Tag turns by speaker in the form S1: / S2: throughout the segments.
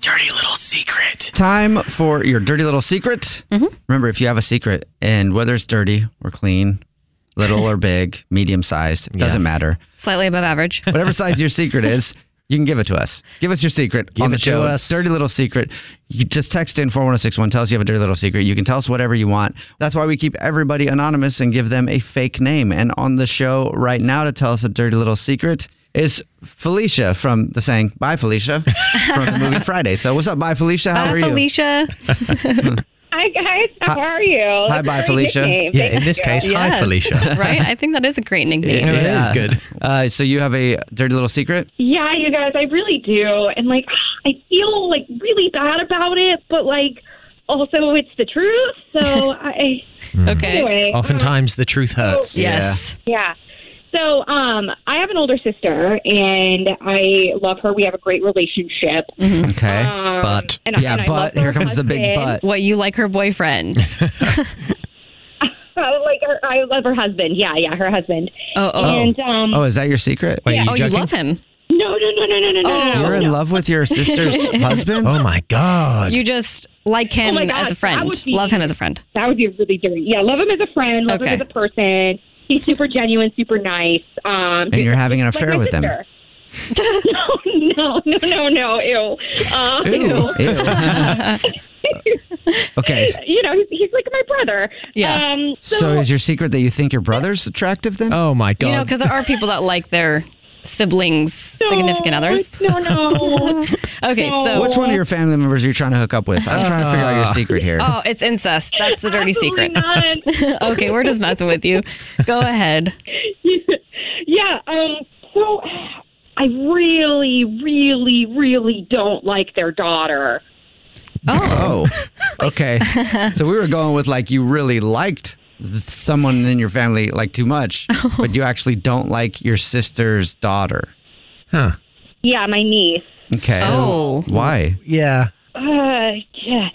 S1: dirty little secret.
S2: Time for your dirty little secret. Remember, if you have a secret, and whether it's dirty or clean, little or big, medium sized, it doesn't matter.
S3: Slightly above average.
S2: Whatever size your secret is, you can give it to us. Give us your secret on the
S1: it to
S2: show.
S1: us.
S2: Dirty little secret. You just text in 41061. Tell us you have a dirty little secret. You can tell us whatever you want. That's why we keep everybody anonymous and give them a fake name. And on the show right now to tell us a dirty little secret is Felicia from the saying Bye Felicia from the movie Friday. So what's up, Bye Felicia? How
S3: Bye,
S2: are you?
S3: Uh, Felicia.
S4: Hi guys, how
S2: Hi-
S4: are you?
S2: Hi,
S4: That's a
S2: bye,
S4: great
S2: Felicia.
S4: nickname.
S1: Yeah,
S4: Thank
S1: in this
S4: you.
S1: case, hi,
S3: Yes.
S1: Felicia.
S3: right? I think that is a great nickname.
S1: Yeah, that is good.
S2: Uh, so you have a dirty little secret?
S4: yeah, you guys, I really do, and like, I feel like really bad about it, but like, also it's the truth. So I
S2: Hmm.
S3: Okay. Oh,
S4: anyway,
S1: Oftentimes the truth hurts.
S3: Yes.
S4: yeah. So um, I have an older sister, and I love her. We have a great relationship.
S2: Okay.
S4: Um,
S1: But-
S4: and, I-
S2: yeah,
S4: and I
S2: but
S4: love her
S2: here comes the big
S4: husband.
S2: but.
S3: What you like her boyfriend?
S4: I like her, I love her husband. Yeah, yeah, her husband.
S3: Oh, oh,
S4: And um,
S2: Oh, is that your secret?
S1: Wait,
S3: oh,
S1: are you
S3: you
S1: joking?
S3: love him.
S4: no, no, no, no, no, no,
S3: Oh,
S4: no, no.
S2: You're in love with your sister's husband?
S1: Oh my God.
S3: You just like him
S4: Oh my gosh,
S3: as a
S4: that
S3: friend.
S4: would be-
S3: Love him as a friend.
S4: That would be really dirty. Yeah, love him as a friend, love
S3: Okay.
S4: him as a person. He's super genuine, super nice. Um,
S2: and you're having an
S4: like
S2: affair
S4: my
S2: with them.
S4: sister. no, no, no, no, no, ew. Um,
S2: Ew. okay.
S4: You know, he's, he's like my brother.
S3: Yeah.
S4: Um, so,
S2: So is your secret that you think your brother's attractive then?
S1: Oh my God.
S3: You know, because there are people that like their siblings,
S4: no,
S3: significant others.
S4: No, no.
S3: Okay, so.
S2: Which one of your family members are you trying to hook up with? I'm trying to figure out your
S1: Uh,
S2: secret here.
S3: Oh, it's incest. That's the dirty
S4: Absolutely
S3: secret.
S4: not.
S3: okay, we're just messing with you. Go ahead.
S4: yeah. Um. So, I really, really, really don't like their daughter.
S2: Oh. Okay. So we were going with like you really liked someone in your family like too much, but you actually don't like your sister's daughter.
S1: huh.
S4: Yeah, my niece.
S2: Okay.
S3: Oh.
S2: Why?
S1: Yeah.
S4: Uh, yeah.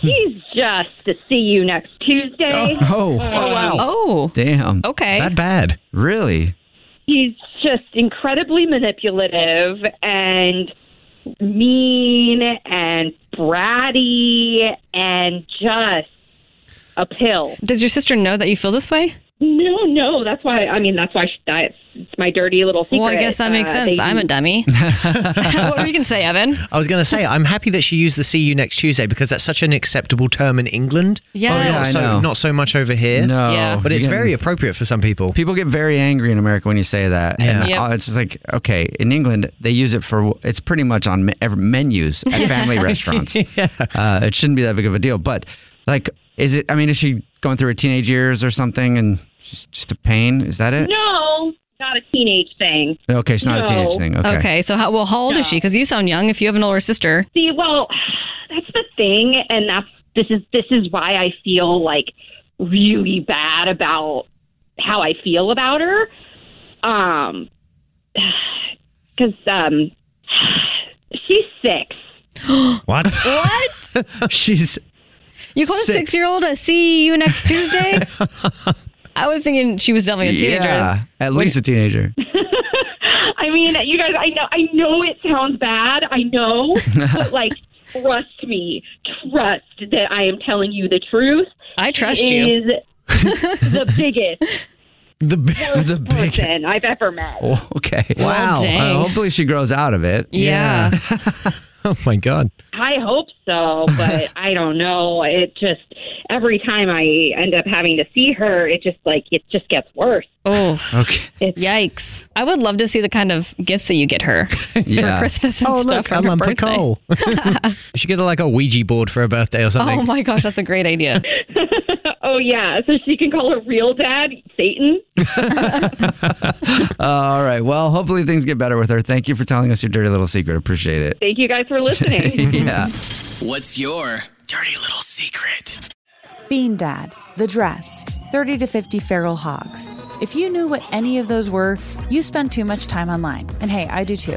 S4: She's just to see you next Tuesday.
S2: Oh, wow.
S3: Oh,
S2: Damn.
S3: okay.
S1: That bad.
S2: Really?
S4: She's just incredibly manipulative and mean and bratty and just a pill.
S3: Does your sister know that you feel this way?
S4: No, no, that's why. I mean, that's why she, that's it's my dirty little secret.
S3: Well, I guess that makes
S4: Uh,
S3: sense.
S4: they-
S3: I'm a dummy. what were you going to say, Evan?
S1: I was going to say, I'm happy that she used the see you next Tuesday because that's such an acceptable term in England.
S3: Yeah.
S1: Not,
S3: Oh, yeah,
S2: I
S1: so,
S2: know.
S1: not so much over here.
S2: No.
S3: Yeah.
S1: But it's
S2: You
S1: very
S2: get-
S1: appropriate for some people.
S2: People get very angry in America when you say that, and
S3: Yeah.
S2: uh, it's just like okay. In England, they use it for it's pretty much on me- ev- menus at family restaurants. Uh, it shouldn't be that big of a deal, but like, is it? I mean, is she going through her teenage years or something, and she's just a pain? Is that it?
S4: No, not a teenage thing.
S2: Okay, it's not a teenage
S4: No.
S2: thing. Okay.
S3: Okay. so how well? How old is she? Because you sound young. If you have an older sister,
S4: See, well, that's the thing, and that's this is this is why I feel like really bad about how I feel about her. Um, because um, she's six.
S1: What?
S3: What?
S1: She's.
S3: You call a six year old a see you E next Tuesday? I was thinking she was definitely a teenager.
S2: Yeah, at least a teenager.
S4: I mean, you guys, I know, I know it sounds bad. I know, but like, trust me, trust that I am telling you the truth.
S3: I trust
S4: she
S3: you.
S4: Is the biggest
S1: the the
S4: person I've ever met.
S2: Oh, okay.
S1: Wow.
S3: dang.
S2: Uh, hopefully she grows out of it.
S3: Yeah.
S1: oh my god.
S4: I hope so, but I don't know. It just every time I end up having to see her, it just like it just gets worse.
S3: Oh,
S2: Okay.
S3: yikes. I would love to see the kind of gifts that you get her
S2: Yeah.
S3: for Christmas and
S1: oh
S3: stuff.
S1: look,
S3: for
S1: a
S3: her
S1: lump of
S3: birthday.
S1: coal. you should get a, like a Ouija board for her birthday or something.
S3: Oh my gosh, that's a great idea.
S4: oh yeah, so she can call her real dad Satan.
S3: Oh.
S2: All right. Well, hopefully things get better with her. Thank you for telling us your dirty little secret. Appreciate it.
S4: Thank you guys for listening.
S2: yeah.
S5: What's your dirty little secret?
S6: Bean Dad, The Dress, 30 to 50 Feral Hogs. If you knew what any of those were, you spend too much time online. And hey, I do too.